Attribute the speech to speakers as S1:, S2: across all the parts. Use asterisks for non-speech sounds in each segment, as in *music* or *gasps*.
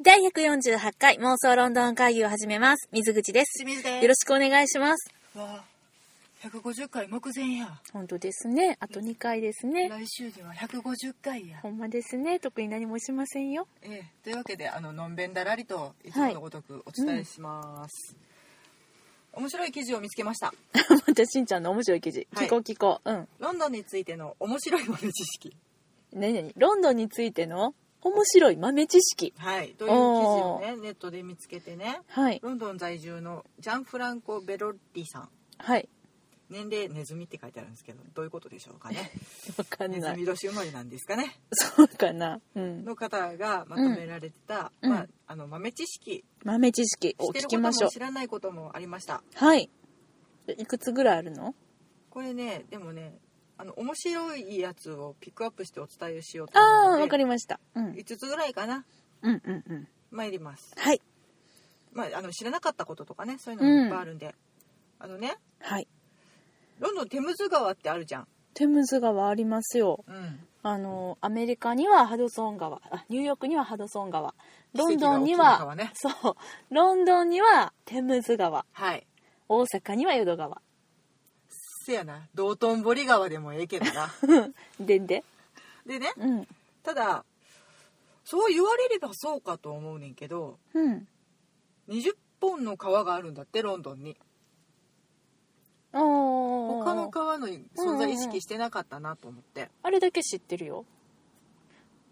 S1: 第148回妄想ロンドン会議を始めます。水口です。
S2: 清水です。
S1: よろしくお願いします。
S2: わあ150回目前や。
S1: 本当ですね。あと2回ですね。
S2: 来週では150回や。
S1: ほんまですね。特に何もしませんよ。
S2: ええ、というわけで、あの、のんべんだらりと、いつものごとくお伝えします。面白い記事を見つけました。
S1: *laughs* またしんちゃんの面白い記事。
S2: はい
S1: 聞こう聞こう。うん。
S2: ロンドンについての面白い豆知識。
S1: 何々ロンドンについての面白い豆知識。
S2: はい。という記事をね、ネットで見つけてね。
S1: はい。
S2: ロンドン在住のジャンフランコ・ベロッリさん。
S1: はい。
S2: 年齢ネズミって書いてあるんですけど、どういうことでしょう
S1: *laughs*
S2: かね。
S1: わかん
S2: ネ
S1: な
S2: ズ
S1: い。
S2: ミ年生まれなんですかね。
S1: そうかな。うん。
S2: の方がまとめられてた、
S1: うん
S2: ま
S1: う
S2: あ、あの豆知識
S1: 豆知識を
S2: 知って
S1: 聞き
S2: ること
S1: ま
S2: も
S1: しょう
S2: 知。らないこともありました
S1: はい。いくつぐらいあるの
S2: これねでもねあの面白いやつをピックアップしてお伝えしようと
S1: あ
S2: 思うの
S1: あ、
S2: で
S1: わかりました。うん。
S2: 5つぐらいかな
S1: うんうんうん。
S2: 参ります、
S1: はい。
S2: まあ、あの知らなかったこととかねそういうのもいっぱいあるんで、あのね
S1: はい。
S2: ロンドンテムズ川ってあるじゃん、
S1: テムズ川ありますよ。あのアメリカにはハドソン川あニューヨークにはハドソン川ロンドンに
S2: 奇跡
S1: は、
S2: が起きる
S1: そうロンドンにはテムズ川
S2: はい
S1: 大阪には淀川
S2: せやな道頓堀川でもええけ
S1: *laughs*
S2: どな
S1: でんで
S2: でね
S1: うん
S2: ただそう言われればそうかと思うねんけど
S1: うん
S2: 20本の川があるんだってロンドンに
S1: あー
S2: 他の川の存在意識してなかったなと思って、
S1: あれだけ知ってるよ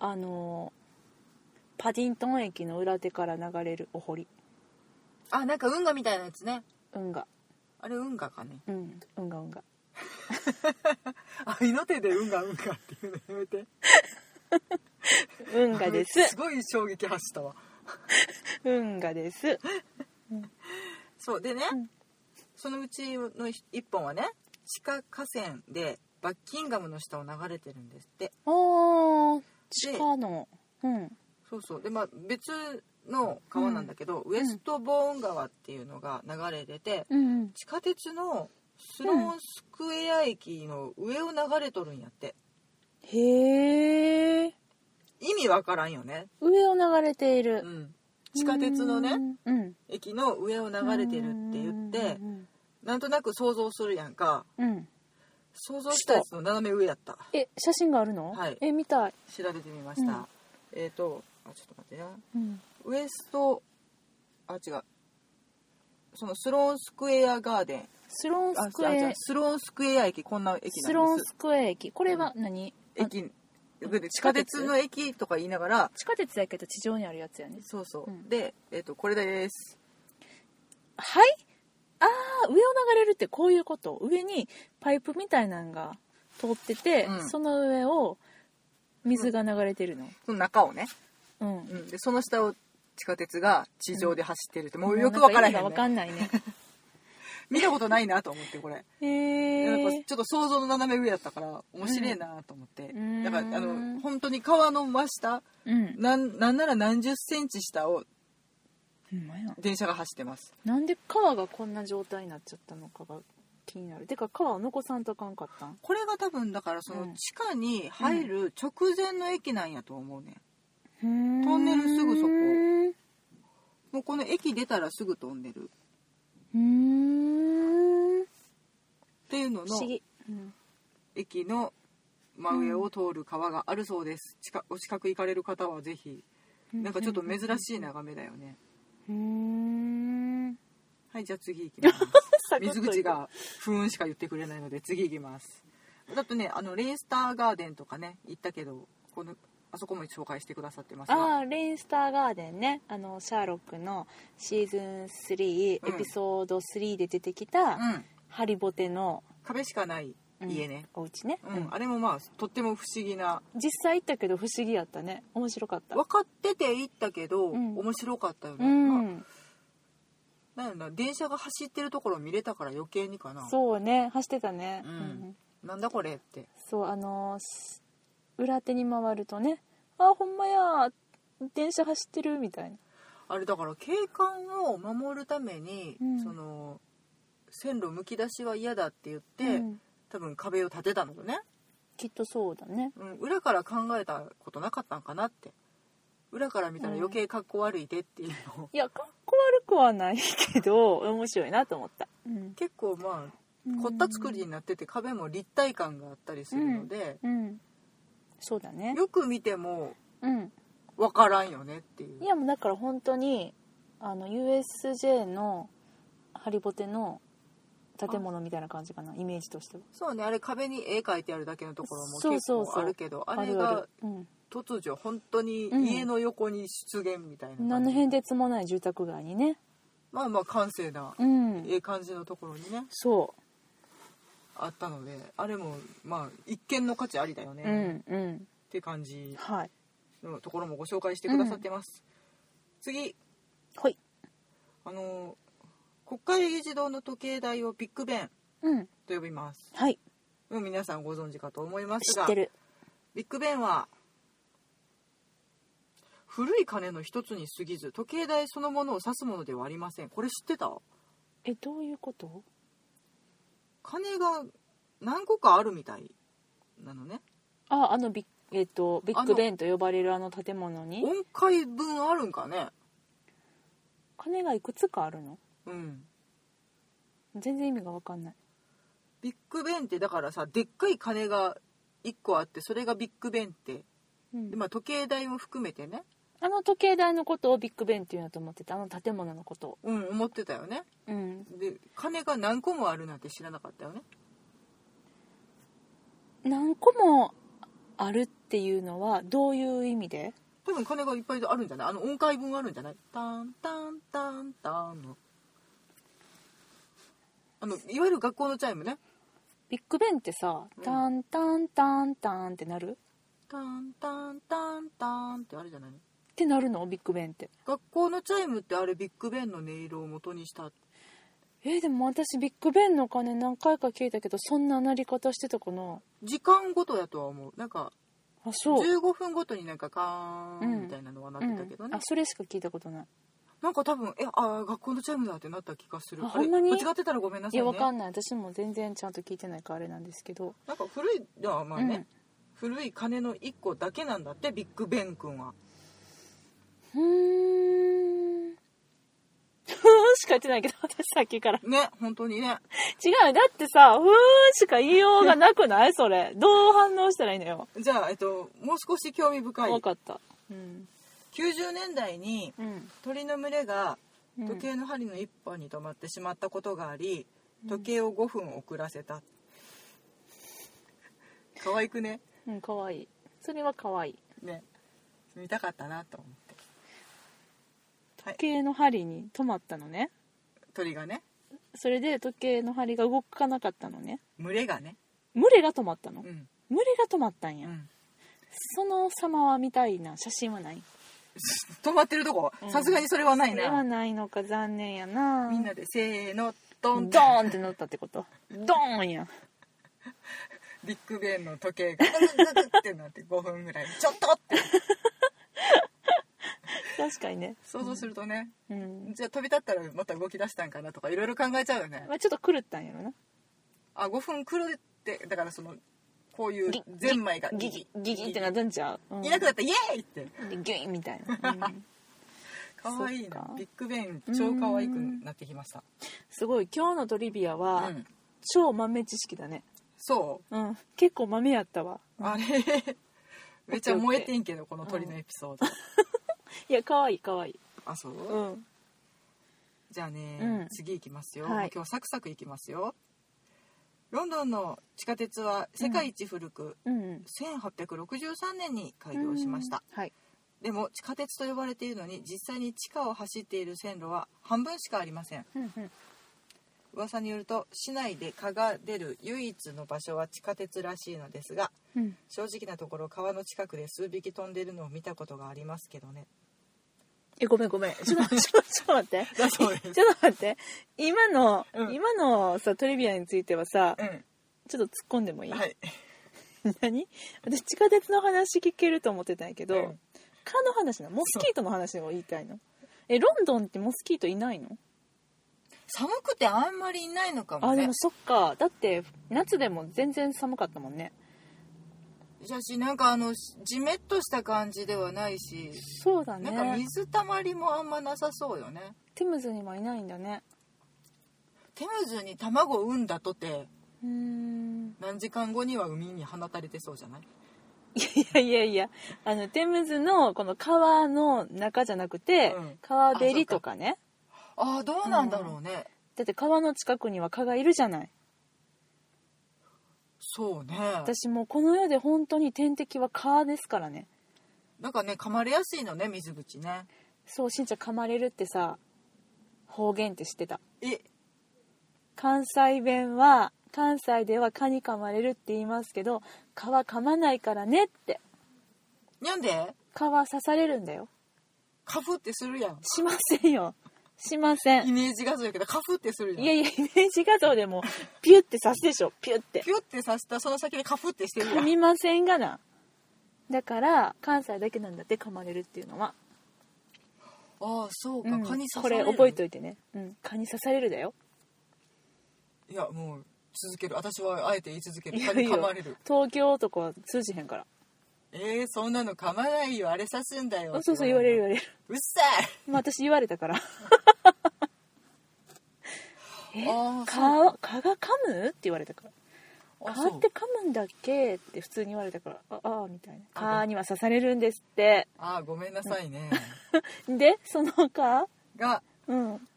S1: あのパディントン駅の裏手から流れるお堀
S2: あなんか運河みたいなやつね
S1: 運河
S2: あれ運河かね
S1: うん運河運河
S2: あいの手で運河運河っていうのやめて
S1: 運河で
S2: す
S1: す
S2: ごい衝撃発したわ
S1: 運河です
S2: そうでね、
S1: ん
S2: そのうちの1本はね地下河川でバッキンガムの下を流れてるんですって
S1: あー地下のうん
S2: そうそうでまあ別の川なんだけど、ウエストボーン川っていうのが流れてて、
S1: うんうん
S2: 地下鉄のスローンスクエア駅の上を流れとるんやって
S1: へえ
S2: 意味わからんよね、
S1: 上を流れていうる
S2: ん、地下鉄のね
S1: うん
S2: 駅の上を流れてるって言って
S1: うん
S2: なんとなく想像するやんか
S1: うん
S2: 想像したやつの斜め上やった
S1: え写真があるの、
S2: はい
S1: え見たい、
S2: 調べてみました、
S1: うん
S2: えっ、とあちょっと待ってな
S1: うん、
S2: ウエストあ違うそのスローンスクエアガーデン
S1: スローン
S2: あ
S1: スク
S2: 違う違
S1: エ
S2: うスローンスクエア駅こんな駅なんです
S1: スローンスクエア駅これは何、あ
S2: 駅地下鉄の駅とか言いながら
S1: 地下鉄だけど地上にあるやつやね
S2: そうそう、
S1: うん
S2: で、えっとこれです
S1: はいあー上を流れるってこういうこと上にパイプみたいなんが通ってて、
S2: うん
S1: その上を水が流れてるの
S2: その中をね、
S1: うん、
S2: うん、でその下を地下鉄が地上で走ってるって、もうよく
S1: わ
S2: 分からへん,、ね、
S1: わかんない
S2: *laughs*
S1: ね
S2: 見たことないなと思ってこれ、
S1: へ
S2: やっ
S1: え
S2: ぱちょっと想像の斜め上やったから面白いなと思って、
S1: うん
S2: だから
S1: う
S2: あの
S1: ん
S2: 本当に川の真下
S1: うん
S2: なんなんなら何十センチ下を
S1: ほんまや
S2: 電車が走ってます
S1: なんで川がこんな状態になっちゃったのかが気になるてか川を残さんとあかんかったん
S2: これが多分だからそうの
S1: ん
S2: 地下に入る直前の駅なんやと思うね、
S1: トン
S2: トンネルすぐそこ
S1: うん
S2: もうこの駅出たらすぐ飛んでるっていうの
S1: 不
S2: の
S1: 思議、うん
S2: 駅の真上を通る川があるそうです、近お近く行かれる方はぜひなんかちょっと珍しい眺めだよね
S1: うん
S2: はいじゃあ次行きます *laughs*
S1: サクッと
S2: 水口が「ふーん」しか言ってくれないので次行きますだとねあのレイスターガーデンとかね行ったけどこのあそこも紹介してくださってますが
S1: ああレインスターガーデンねあのシャーロックのシーズン3、
S2: うん
S1: エピソード3で出てきた、
S2: うん
S1: ハリボテの、
S2: 壁しかない
S1: うん
S2: 家ね、
S1: お家ね、
S2: うん
S1: うん
S2: あれもまあとっても不思議な
S1: 実際行ったけど不思議やったね面白かった
S2: 分かってて行ったけど、
S1: うん
S2: 面白かったよ
S1: う
S2: ね、まあ
S1: ん
S2: なんやろな電車が走ってるところ見れたから余計にかな
S1: そうね走ってたね
S2: うんなんだこれって
S1: そうあのーし裏手に回るとね「あほんまや電車走ってる」みたいな
S2: あれだから景観を守るために、
S1: うん
S2: その線路むき出しは嫌だって言って、
S1: うん
S2: 多分壁を建てたのよね、
S1: きっとそうだね
S2: うん、裏から考えたことなかったんかなって裏から見たら余計かっこ悪いでっていうのを、 *laughs*
S1: いやかっこ悪くはないけど面白いなと思った、うん
S2: 結構まあ凝った作りになってて壁も立体感があったりするので、
S1: うんそうだね
S2: よく見ても
S1: うん
S2: 分からんよねっていう
S1: いやもうだから本当にあの USJ のハリボテの建物みたいな感じかなイメージとしては
S2: そうねあれ壁に絵描いてあるだけのところも
S1: そう
S2: 結
S1: そうそう
S2: 構あるけどあれ
S1: る
S2: が
S1: るうん、
S2: 突如本当に
S1: うん
S2: 家の横に出現みたいな感じ
S1: 何の変哲もない住宅街にね
S2: まあまあ閑静な、
S1: うん
S2: ええ感じのところにね
S1: そ
S2: あったのであれもまあ一見の価値ありだよね、
S1: う、うんうん
S2: って感じ
S1: はい
S2: のところもご紹介してくださってます、次
S1: ほい
S2: あの国会議事堂の時計台をビッグベン
S1: うん
S2: と呼びます
S1: はい
S2: もう皆さんご存知かと思います
S1: 知
S2: が
S1: ってる
S2: ビッグベンは古い金の一つに過ぎず時計台そのものを指すものではありませんこれ知ってた
S1: えどういうこと
S2: 金が何個かあるみたいなのね
S1: ああのビッ,、えっとビ
S2: あ
S1: ッ
S2: の
S1: グベンと呼ばれるあの建物に
S2: 音階分あるんかね
S1: 金がいくつかあるの
S2: うん
S1: 全然意味が分かんない
S2: ビッグベンってだからさでっかい鐘が1個あってそれがビッグベンって
S1: うん
S2: で、まあ、時計台も含めてね
S1: あの時計台のことをビッグベンっていうのと思っててあの建物のことを
S2: うん思ってたよね
S1: うん
S2: で鐘が何個もあるなんて知らなかったよね
S1: 何個もあるっていうのはどういう意味で
S2: 多分鐘がいっぱいあるんじゃないあの音階分あるんじゃないタンタンタンタンのあのいわゆる学校のチャイムね
S1: ビッグベンってさ、
S2: うん
S1: タンタンタンタンってなる
S2: タンタンタンタンってあるじゃない
S1: ってなるのビッグベンって
S2: 学校のチャイムってあれビッグベンの音色を元にした
S1: えーでも私ビッグベンの鐘何回か聞いたけどそんな鳴り方してたかな
S2: 時間ごとやとは思うなんか
S1: あそう、
S2: 15分ごとになんかカー
S1: うん
S2: ンみたいなのはなっ
S1: う
S2: て
S1: ん
S2: たけどね、
S1: あそれしか聞いたことない
S2: なんか多分えあー学校のチャイムだってなった気がする
S1: あ
S2: あれ
S1: ほんまに
S2: 間違ってたらごめんなさ
S1: い
S2: いね
S1: やわかんない私も全然ちゃんと聞いてないからあれなんですけど
S2: なんか古いではまあね、
S1: うん
S2: 古い鐘の1個だけなんだってビッグベン君は
S1: ふーん *laughs* ふーんしか言ってないけど私さっきから
S2: ね本当にね
S1: 違うよだってさ「ふーん」しか言いようがなくないそれどう反応したらいいのよ
S2: じゃあ、えっと、もう少し興味深い
S1: 分かったうん
S2: 90年代に
S1: うん
S2: 鳥の群れが
S1: うん
S2: 時計の針の1本に止まってしまったことがあり、時計を5分遅らせた、可愛くね
S1: うん可愛いそれは可愛い
S2: ね見たかったなと思って
S1: 時計の針に止まったのね
S2: 鳥がね
S1: それで時計の針が動かなかったのね
S2: 群れがね
S1: 群れが止まったの
S2: う
S1: 群
S2: ん
S1: れが止まったん
S2: う
S1: や、
S2: ん
S1: その様は見たいな写真はない
S2: 止まってるとこ
S1: うん
S2: さすがにそれはない
S1: それは
S2: な
S1: ないのか残念やな
S2: みんなでせーのド
S1: ド
S2: ン
S1: ン
S2: ドン
S1: って乗ったってことドーンやん
S2: ビッグベンの時計がググググってなって5分ぐらいちょっとって
S1: 確かにね
S2: 想像するとね
S1: うん、
S2: じゃあ飛び立ったらまた動き出したんかなとかいろいろ考えちゃうよね
S1: まあ、ちょっと狂ったんやろな
S2: あ5分黒ってだからそのこういう
S1: ギ
S2: ゼンマイが
S1: ギギギギってなるんちゃう、うん
S2: いなくなったらイエーイって
S1: ギュインみたい
S2: *laughs*
S1: な、うん
S2: 可愛い
S1: そっ
S2: な
S1: か
S2: ビッグベン超可愛くなってきました
S1: すごい今日のトリビア
S2: う
S1: は、
S2: ん
S1: 超豆知識だね
S2: そ
S1: うん結構豆やったわ
S2: うあれめっちゃ燃えてんけどこの鳥のエピソード
S1: いや可愛い可愛い
S2: あそう
S1: うん
S2: じゃあね、
S1: うん
S2: 次行きますよ、
S1: はい
S2: 今日サクサク行きますよロンドンの地下鉄は世界一古く、
S1: うん
S2: 1863年に開業しました、
S1: うんはい
S2: でも地下鉄と呼ばれているのに実際に地下を走っている線路は半分しかありません
S1: うんうん
S2: 噂によると市内で蚊が出る唯一の場所は地下鉄らしいのですが
S1: うん
S2: 正直なところ川の近くで数匹飛んでるのを見たことがありますけど
S1: *laughs*
S2: ね
S1: えごめんごめんちょっとちょっとちょっと待って
S2: だそうで
S1: ちょっと待って今の、
S2: うん
S1: 今のさトリビアについてはさ
S2: う
S1: ちょっと突っ込んでもいい、
S2: んはい
S1: *laughs* 何私地下鉄の話聞けると思ってたんやけど、
S2: うん
S1: 蚊の話なモスキートの話を言いたいのえロンドンってモスキートいないの
S2: 寒くてあんまりいないのかも
S1: あ
S2: ね
S1: でもそっかだって夏でも全然寒かったもんね
S2: じゃしなんかあのじめっとした感じではないし、
S1: そうだ
S2: なんか
S1: ね
S2: 水たまりもあんまなさそうよね
S1: テムズにはいないんだね
S2: テムズに卵を産んだとて
S1: うーん
S2: 何時間後には海に放たれてそうじゃない
S1: *laughs* いやいやいやあのテムズのこの川の中じゃなくて、
S2: うん
S1: 川べりとかね
S2: ああどうなんだろうね、
S1: だって川の近くには蚊がいるじゃない
S2: そうね
S1: 私もうこの世で本当に天敵は蚊ですからね
S2: なんかね噛まれやすいのね水口ね
S1: そうしんちゃん噛まれるってさ方言って知ってた
S2: え
S1: 関西弁は関西では蚊に噛まれるって言いますけど蚊は噛まないからねって
S2: にゃんで
S1: 蚊は刺されるんだよ
S2: カフってす
S1: *laughs*
S2: るやん
S1: しませんよしません
S2: イ
S1: い
S2: メージ画像やけどカフってするやん
S1: やいやイメージ画像でもピュって刺すでしょピュって
S2: ピュって刺したその先でカフってしてるや
S1: 噛
S2: ん
S1: みませんがなだから関西だけなんだって噛まれるっていうのは、
S2: ああそうか、
S1: うん
S2: 蚊に刺
S1: こ
S2: され
S1: れ
S2: る
S1: 覚えといてね、うん、蚊に刺されるだよ
S2: いやもう続ける私はあえて言い続ける
S1: い
S2: 蚊
S1: や
S2: に
S1: いや
S2: 噛まれる
S1: 東京男は通じへんから
S2: えー、そんなの噛まないよあれ刺すんだよ
S1: あそうそう言われる言われる
S2: うっさ
S1: まあ私言われたから *laughs*
S2: い
S1: え
S2: あーそう
S1: 蚊蚊が噛むって言われたから
S2: あ
S1: 蚊
S2: そう
S1: って噛むんだっけって普通に言われたからああーみたいな
S2: あ
S1: 蚊には刺されるんですって
S2: あーごめんなさいね *laughs*
S1: でその蚊
S2: が
S1: うん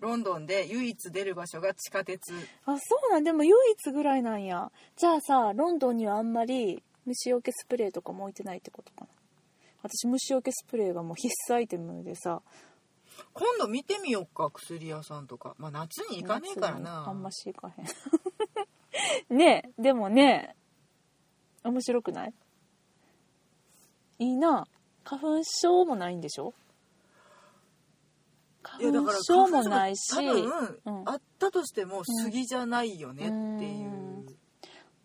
S2: ロンドンで唯一出る場所が地下鉄
S1: あそうなんでも唯一ぐらいなんやじゃあさロンドンにはあんまり虫除けスプレーとかも置いてないってことかな私虫除けスプレーがもう必須アイテムでさ
S2: 今度見てみようか薬屋さんとかまあ夏に行かねえから
S1: 夏
S2: な
S1: にあんまし行かへん *laughs* ねえでもね面白くないいいな花粉症もないんでしょ
S2: いや
S1: 花
S2: だか
S1: 粉
S2: ら
S1: 症もないし
S2: 花粉症が多分、
S1: うん
S2: あったとしても杉じゃないよねっていう、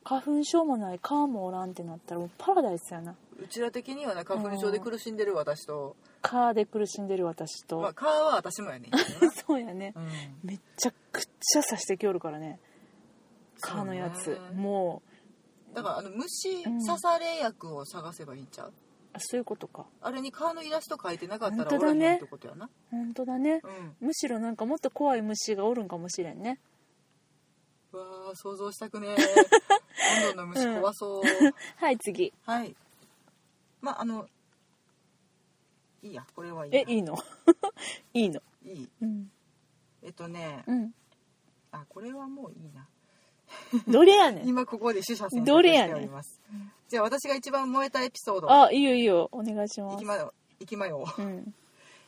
S1: 花粉症もない蚊もおらんってなったらもうパラダイスやな
S2: うちら的にはね花粉症で苦しんでる私と、
S1: 蚊で苦しんでる私と、
S2: まあ、蚊は私もやねんけど
S1: *laughs*
S2: な
S1: そうやね
S2: うん
S1: めっちゃくちゃ刺してきおるからね蚊のや
S2: そう
S1: つ
S2: ね
S1: も
S2: だからあの虫
S1: うん
S2: 刺され薬を探せばいいんちゃう、
S1: うあそういうことか
S2: あれに蚊のイラスト書いてなかったら
S1: 本当だ
S2: お
S1: ね
S2: らへんってことやな、
S1: 本当だね
S2: うん
S1: むしろなんかもっと怖い虫がおるんかもしれんね
S2: うわー想像した
S1: *laughs*
S2: くねえロンドンの虫怖そう、
S1: はい次
S2: はいまああのいいやこれはいいな
S1: えいいの *laughs* いいの
S2: いい
S1: うん、
S2: えっとね
S1: うん、
S2: あこれはもういいな
S1: どれやねん
S2: 今ここで取捨選択
S1: どれ
S2: し
S1: やね
S2: て
S1: ん
S2: おります、じゃあ私が一番燃えたエピソード
S1: あいいよいいよお願いし
S2: い
S1: ます
S2: きまよいきまよ
S1: うん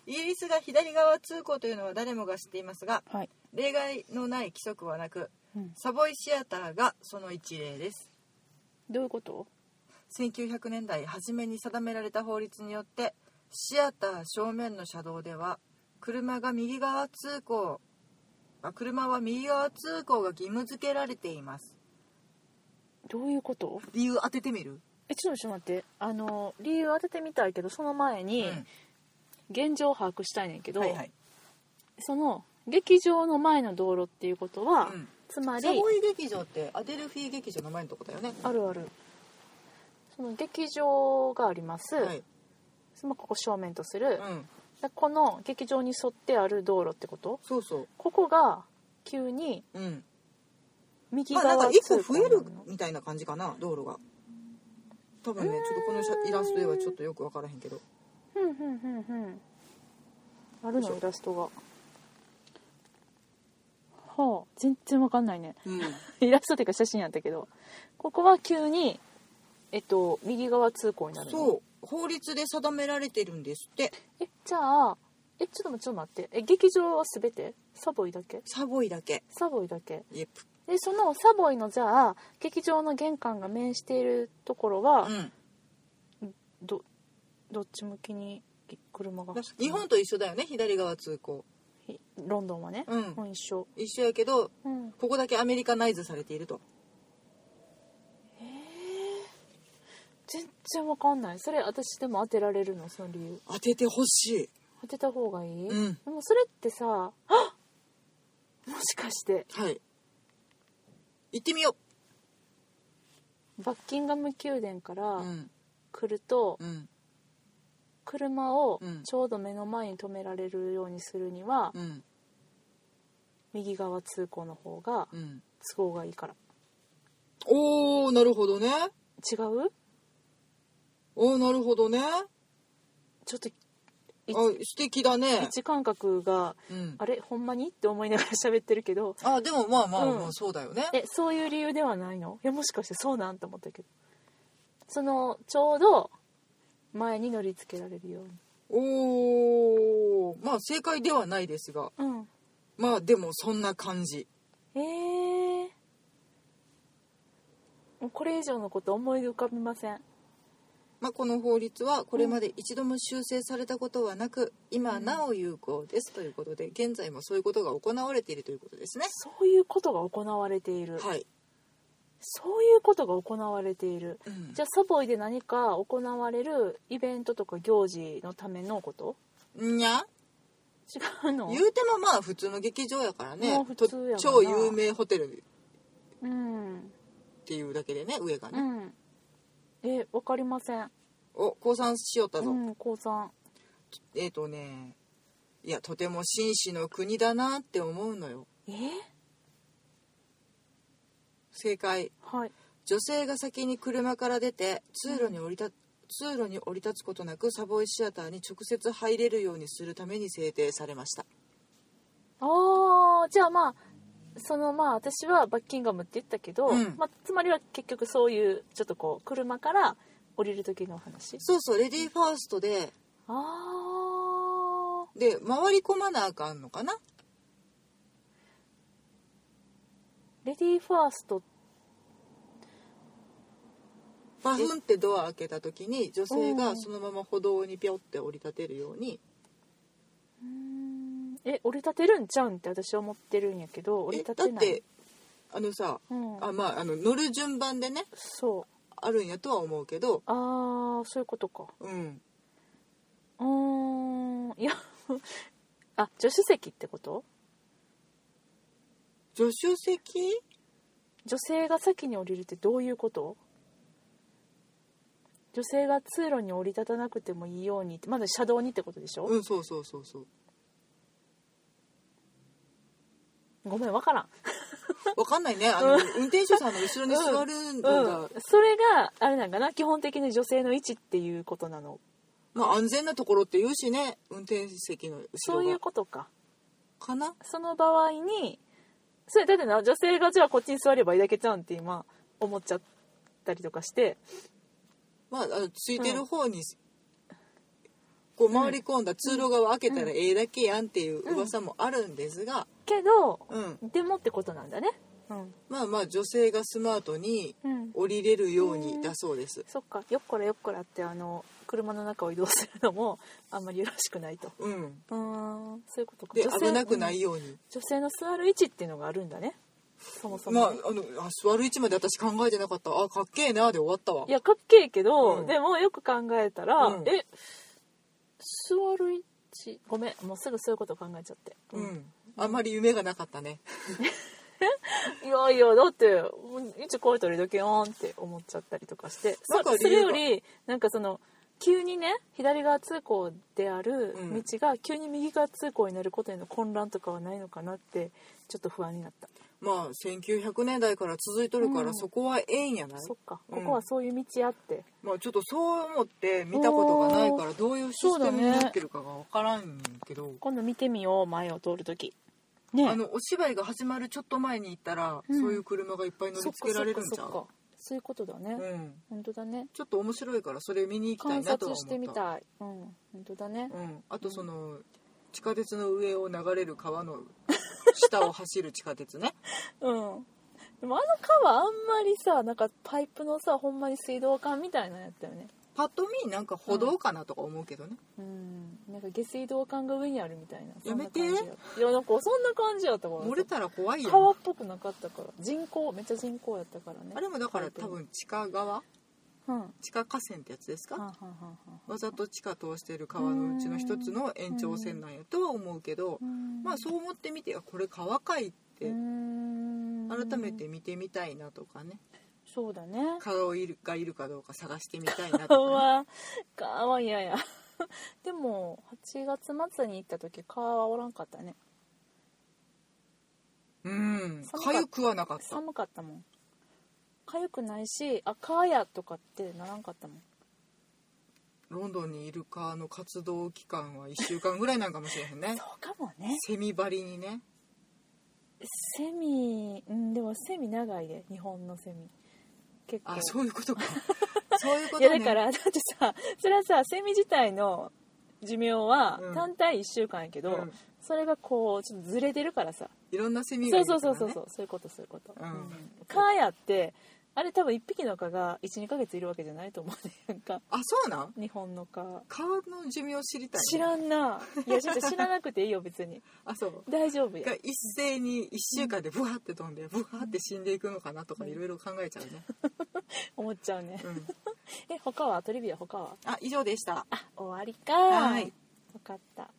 S2: イギリスが左側通行というのは誰もが知っていますが
S1: はい、
S2: 例外のない規則はなく
S1: うん、
S2: サボイシアターがその一例です
S1: どういうこと
S2: 1900年代初めに定められた法律によってシアター正面の車道では車が右側通行あ車は右側通行が義務付けられています
S1: どういうこと
S2: 理由当ててみる、
S1: えちょっとちょっと待ってあの理由当ててみたいけどその前に
S2: うん
S1: 現状を把握したいねんけど、
S2: はいはい
S1: その劇場の前の道路っていうことは、
S2: うん
S1: つまり
S2: サボイ劇場ってアデルフィー劇場の前のとこだよね
S1: あるあるその劇場があります、
S2: はい、
S1: そのここ正面とする、
S2: うん、
S1: でこの劇場に沿ってある道路ってこと
S2: そうそ
S1: ここが急に
S2: ううん
S1: 右
S2: まあなんか
S1: 側
S2: 一個
S1: 通行に
S2: 増え
S1: な
S2: る
S1: るの
S2: みたいな感じかな道路が多分ねちょっとこの写イラストではちょっとよく分からへんけど
S1: ふんふんふんふんあるのイラストがはあ全然わかんないね *laughs*
S2: うん
S1: イラストっていうか写真やったけどここは急にえっと右側通行になるの
S2: そう法律で定められてるんですって
S1: えじゃあえちょっと待ってちょっと待ってえ劇場は全てサボイだけ
S2: サボイだけ
S1: サボイだけ
S2: イエップ
S1: でそのサボイのじゃあ劇場の玄関が面しているところは、
S2: うん
S1: どどっち向きに車が
S2: だ
S1: 走ってる
S2: 日本と一緒だよね左側通行
S1: ひロンドンはね、
S2: うん
S1: もう一緒、
S2: 一緒やけど
S1: うん、
S2: ここだけアメリカナイズされていると
S1: 全然わかんないそれ私でも当てられるのその理由
S2: 当ててほし
S1: 当てた方がいい、
S2: うん
S1: でもそれってさ *gasps* あっもしかして
S2: いはい行ってみよ
S1: バッキンガム宮殿か
S2: う
S1: ら
S2: ん
S1: 来ると
S2: うん
S1: 車を
S2: うん
S1: ちょうど目の前に止められるようにするには
S2: うん
S1: 右側通行の方が
S2: うん
S1: 都合がいいから
S2: おーなるほどね
S1: 違う
S2: おーなるほどね
S1: ちょっと
S2: あ
S1: い
S2: 素敵だ
S1: 位
S2: ね
S1: 置感覚が
S2: うん
S1: あれほんまにって思いながら喋ってるけど
S2: あでもまあまあ
S1: うん
S2: まあそうだよね
S1: *laughs* えそういう理由ではないのいやもしかしてそうなんと思ったけどそのちょうど前に乗り付けられるように
S2: おーまあ正解ではないですが
S1: うん
S2: まあでもそんな感じ
S1: ええもうこれ以上のこと思い浮かびません
S2: まあこの法律はこれまで一度も修正されたことはなく今なお有効ですということで現在もそういうことが行われているということですね
S1: そういうことが行われている、
S2: はい、
S1: そういうことが行われている
S2: うん
S1: じゃあサボイで何か行われるイベントとか行事のためのこと
S2: にゃ
S1: 違うの
S2: 言うてもまあ普通の劇場やからね
S1: もう普通やわな
S2: と超有名ホテル
S1: うん
S2: っていうだけでね上が
S1: う
S2: ね、
S1: んえわかりません
S2: お降参しよったぞ、
S1: うん高三
S2: えっ、とねいやとても紳士の国だなって思うのよ
S1: え
S2: 正解
S1: はい
S2: 女性が先に車から出て通路に降りた、通路に降り立つことなくサボイシアターに直接入れるようにするために制定されました
S1: ああじゃあまあそのまあ私はバッキンガムって言ったけど、
S2: うん
S1: まあ、つまりは結局そういうちょっとこう車から降りる時のお話
S2: そうそうレディーファーストで
S1: ああ
S2: で回り込まなあかんのかな
S1: レディーファースト
S2: バフンってドア開けた時に女性がそのまま歩道にピョって降り立てるように
S1: うーんえ折り立てるんちゃうんって私は思ってるんやけど折り
S2: え
S1: 立て
S2: だっ
S1: ない
S2: てあのさ、
S1: うん、
S2: あまああの乗る順番でね
S1: そう
S2: あるんやとは思うけど
S1: あーそういうことか
S2: うん
S1: うーんいや *laughs* あ助手席ってこと
S2: 助手席
S1: 女性が先に降りるってどういうこと女性が通路に降り立たなくてもいいようにってまだ車道にってことでしょ、
S2: うんそうそうそうそう
S1: ごめんわからん、
S2: わかんないねあの運転手さんの後ろに座るのが、
S1: うん、それがあれなんかな基本的に女性の位置っていうことなの
S2: まあ、安全なところって言うしね運転席の後ろが
S1: そういうことか
S2: かな
S1: その場合にそれだってな女性がじゃあこっちに座ればいいだけじゃんって今思っちゃったりとかして
S2: まああのついてる方に、こう回り込んだ通路側開けたらええだけやんっていう噂もあるんですが、
S1: けど
S2: うん
S1: でもってことなんだねうん
S2: まあまあ女性がスマートに
S1: うん
S2: 降りれるようにだそうです。
S1: そっかよっこらよっこらってあの車の中を移動するのもあんまりよろしくないと
S2: うん、
S1: うーんそういうことか
S2: で危なくな
S1: うん
S2: いように、
S1: 女性の座る位置っていうのがあるんだねそもそも
S2: まあ
S1: ね、
S2: あのあ座る位置まで私考えてなかったあかっけえなで終わったわ
S1: いやかっけえけど、
S2: うん
S1: でもよく考えたら、
S2: うん
S1: え座る位置ごめんもうすぐそういうこと考えちゃって
S2: うん、あんまり夢がなかったね
S1: いやいやだって位置超えたらいいだけやんって思っちゃったりとかして
S2: なんか
S1: そそ
S2: 理
S1: れ
S2: 由
S1: よ
S2: が
S1: りなんかその急にね左側通行である
S2: うん
S1: 道が急に右側通行になることへの混乱とかはないのかなってちょっと不安になった、
S2: まあ1900年代から続いとるか
S1: うん
S2: らそこはええんやない、
S1: そっか
S2: うん
S1: ここはそういう道あって、
S2: まあちょっとそう思って見たことがないからどういうシステムになってるかが分からんけど、
S1: 今度見てみよう前を通る時
S2: あ
S1: ね
S2: のお芝居が始まるちょっと前に行ったら、
S1: うん
S2: そういう車がいっぱい乗
S1: そ
S2: り
S1: っ
S2: つけられるんちゃ
S1: かそっかそ
S2: う
S1: っかそういうことだね、
S2: うん、
S1: 本当だね
S2: ちょっと面白いからそれ見に行きた
S1: 観
S2: いなとは思
S1: 察し
S2: った
S1: てみたいうん本当だね、
S2: うん、あとその、地下鉄の上を流れる川の下を走る地下鉄
S1: *laughs*
S2: ね
S1: うんでもあの川あんまりさなんかパイプのさほんまに水道管みたいなのやったよね
S2: パッと見なんか歩道かなとか思うけどね、
S1: うんなんか下水道管が上にあるみたいな
S2: やめて
S1: そんな感じやったいやなんかそんな感じやったから
S2: 漏れたら怖い
S1: 川
S2: よ
S1: っぽくなかったから人工めっちゃ人工やったからね
S2: あれもだから多分地下側
S1: うんは
S2: 地下河川ってやつです
S1: あ
S2: か、
S1: はあはあはあ
S2: わざと地下通してる川のうちの一つの延長線なんやとは思うけど、
S1: うん
S2: まあそう思ってみてあこれ川かいって
S1: うーん
S2: 改めて見てみたいなとかね、
S1: そうだね
S2: 蚊がいるがいるかどうか探してみたいなとか
S1: 蚊
S2: ね、
S1: は蚊は嫌やでも8月末に行った時蚊はおらんかったね
S2: うん
S1: 寒か
S2: かゆくはなかった
S1: 寒かったもん痒くないしあ蚊やとかってならんかったもん
S2: ロンドンにいる蚊の活動期間は1週間ぐらいなんかもしれへんね
S1: そうかもね
S2: セミ張りにね
S1: セミうんでもセミ長いで日本のセミ結構
S2: あそうい
S1: *laughs*
S2: うことかそういうこ
S1: いや
S2: とね
S1: だからだってさそれはさセミ自体の寿命は
S2: うん
S1: 単体1週間やけど、
S2: うん
S1: それがこうちょっとずれてるからさ、
S2: いろんなセミがい
S1: そう
S2: るか
S1: そ
S2: ら、
S1: う
S2: ね、
S1: そうそうそうそういうことそういうこと、
S2: うん
S1: 蚊やってあれ多分1匹の蚊が12ヶ月いるわけじゃないと思うねなんか
S2: あそうなん
S1: 日本の蚊
S2: 蚊の寿命知りたい、ね、
S1: 知らんないやちょっと知らなくていいよ別に
S2: あそう
S1: 大丈夫や
S2: が一斉に1週間でブワーって飛んでブワーって死んでいくのかなとかいろいろ考えちゃうね、
S1: 思っちゃうね *laughs*
S2: うん、
S1: え他はトリビア他は
S2: あ以上でした
S1: あ終わりか
S2: はい
S1: 分かった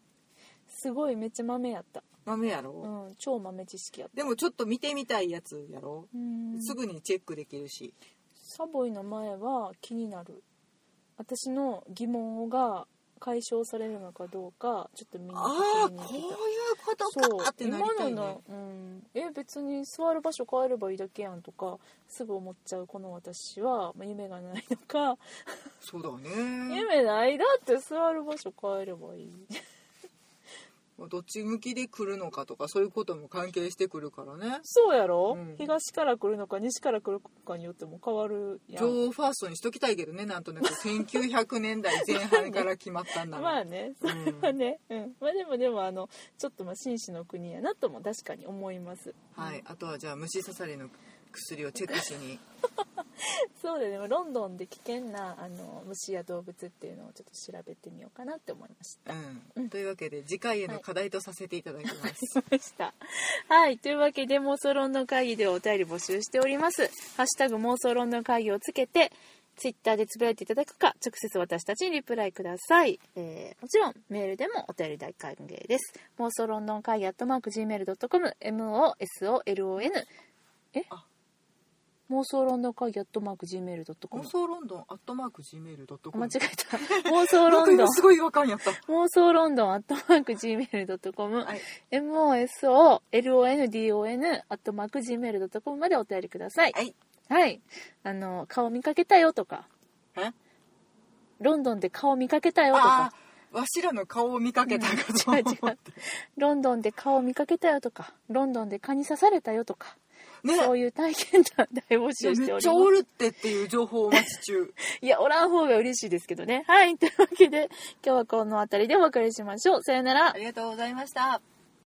S1: すごいめっちゃ豆やった
S2: 豆やろ、
S1: うん超豆知識やった
S2: でもちょっと見てみたいやつやろ、
S1: うん
S2: すぐにチェックできるし
S1: サボイの前は気になる私の疑問が解消されるのかどうかちょっとみんな
S2: ああ
S1: 確認
S2: こう
S1: して
S2: いう
S1: た
S2: ことかってなりた
S1: 今の
S2: いね
S1: の、うん、え別に座る場所変えればいいだけやんとかすぐ思っちゃうこの私はまあ夢がないのか、
S2: そうだね、
S1: 夢ないだって座る場所変えればいい *laughs*
S2: まあどっち向きで来るのかとかそういうことも関係してくるからね
S1: そうやろ、
S2: うん
S1: 東から来るのか西から来るかによっても変わるやん
S2: 女王ファーストにしときたいけどねなんと
S1: *laughs*
S2: なく1900年代前半から決まったんだ
S1: ま
S2: ら、
S1: あね
S2: う
S1: それは
S2: ん、
S1: ね、うん、まあでもでもあのちょっとまあ紳士の国やなとも確かに思います
S2: はいあとはじゃあ虫刺されの薬をチェックしに
S1: *laughs* そうだねでもロンドンで危険なあの虫や動物っていうのをちょっと調べてみようかなって思いました
S2: うん、というわけで次回への課題とさせていただき
S1: *laughs*
S2: ます、
S1: ました。はい。というわけで、妄想論の会議ではお便り募集しております。ハッシュタグ妄想論の会議をつけて、ツイッターでつぶやいていただくか、直接私たちにリプライください。えーもちろん、メールでもお便り大歓迎です。妄想論の会議、アットマーク、gmail.com、mosolon、え
S2: あ
S1: 妄想論の会議、アットマーク、gmail.com
S2: 妄。想ロンドンアットマーク Gmail.com
S1: 間違えた。妄想ロンドン。
S2: すごい違和感やった
S1: 妄想ロンドンアットマーク Gmail.com、
S2: はい
S1: MOSO LONDON アットマーク Gmail.com までお便りください。
S2: はい
S1: はい。あの、顔見かけたよとか、
S2: え
S1: ロンドンで顔見かけたよと
S2: あ
S1: か、
S2: あわしらの顔を見かけたかと
S1: うん違
S2: 思
S1: う
S2: って、
S1: *laughs* 違うロンドンで顔見かけたよとか、ロンドンで蚊に刺されたよとか、
S2: ね
S1: そういう体験談大募集して
S2: め
S1: お
S2: っ
S1: り
S2: ちゃ
S1: ま
S2: お
S1: す。
S2: るってっていう情報をお待ち
S1: *laughs*
S2: 中
S1: いや、おらん方が嬉しいですけどね。はい。というわけで、今日はこの辺りでお別れしましょう。さよなら
S2: あ。りがとうございました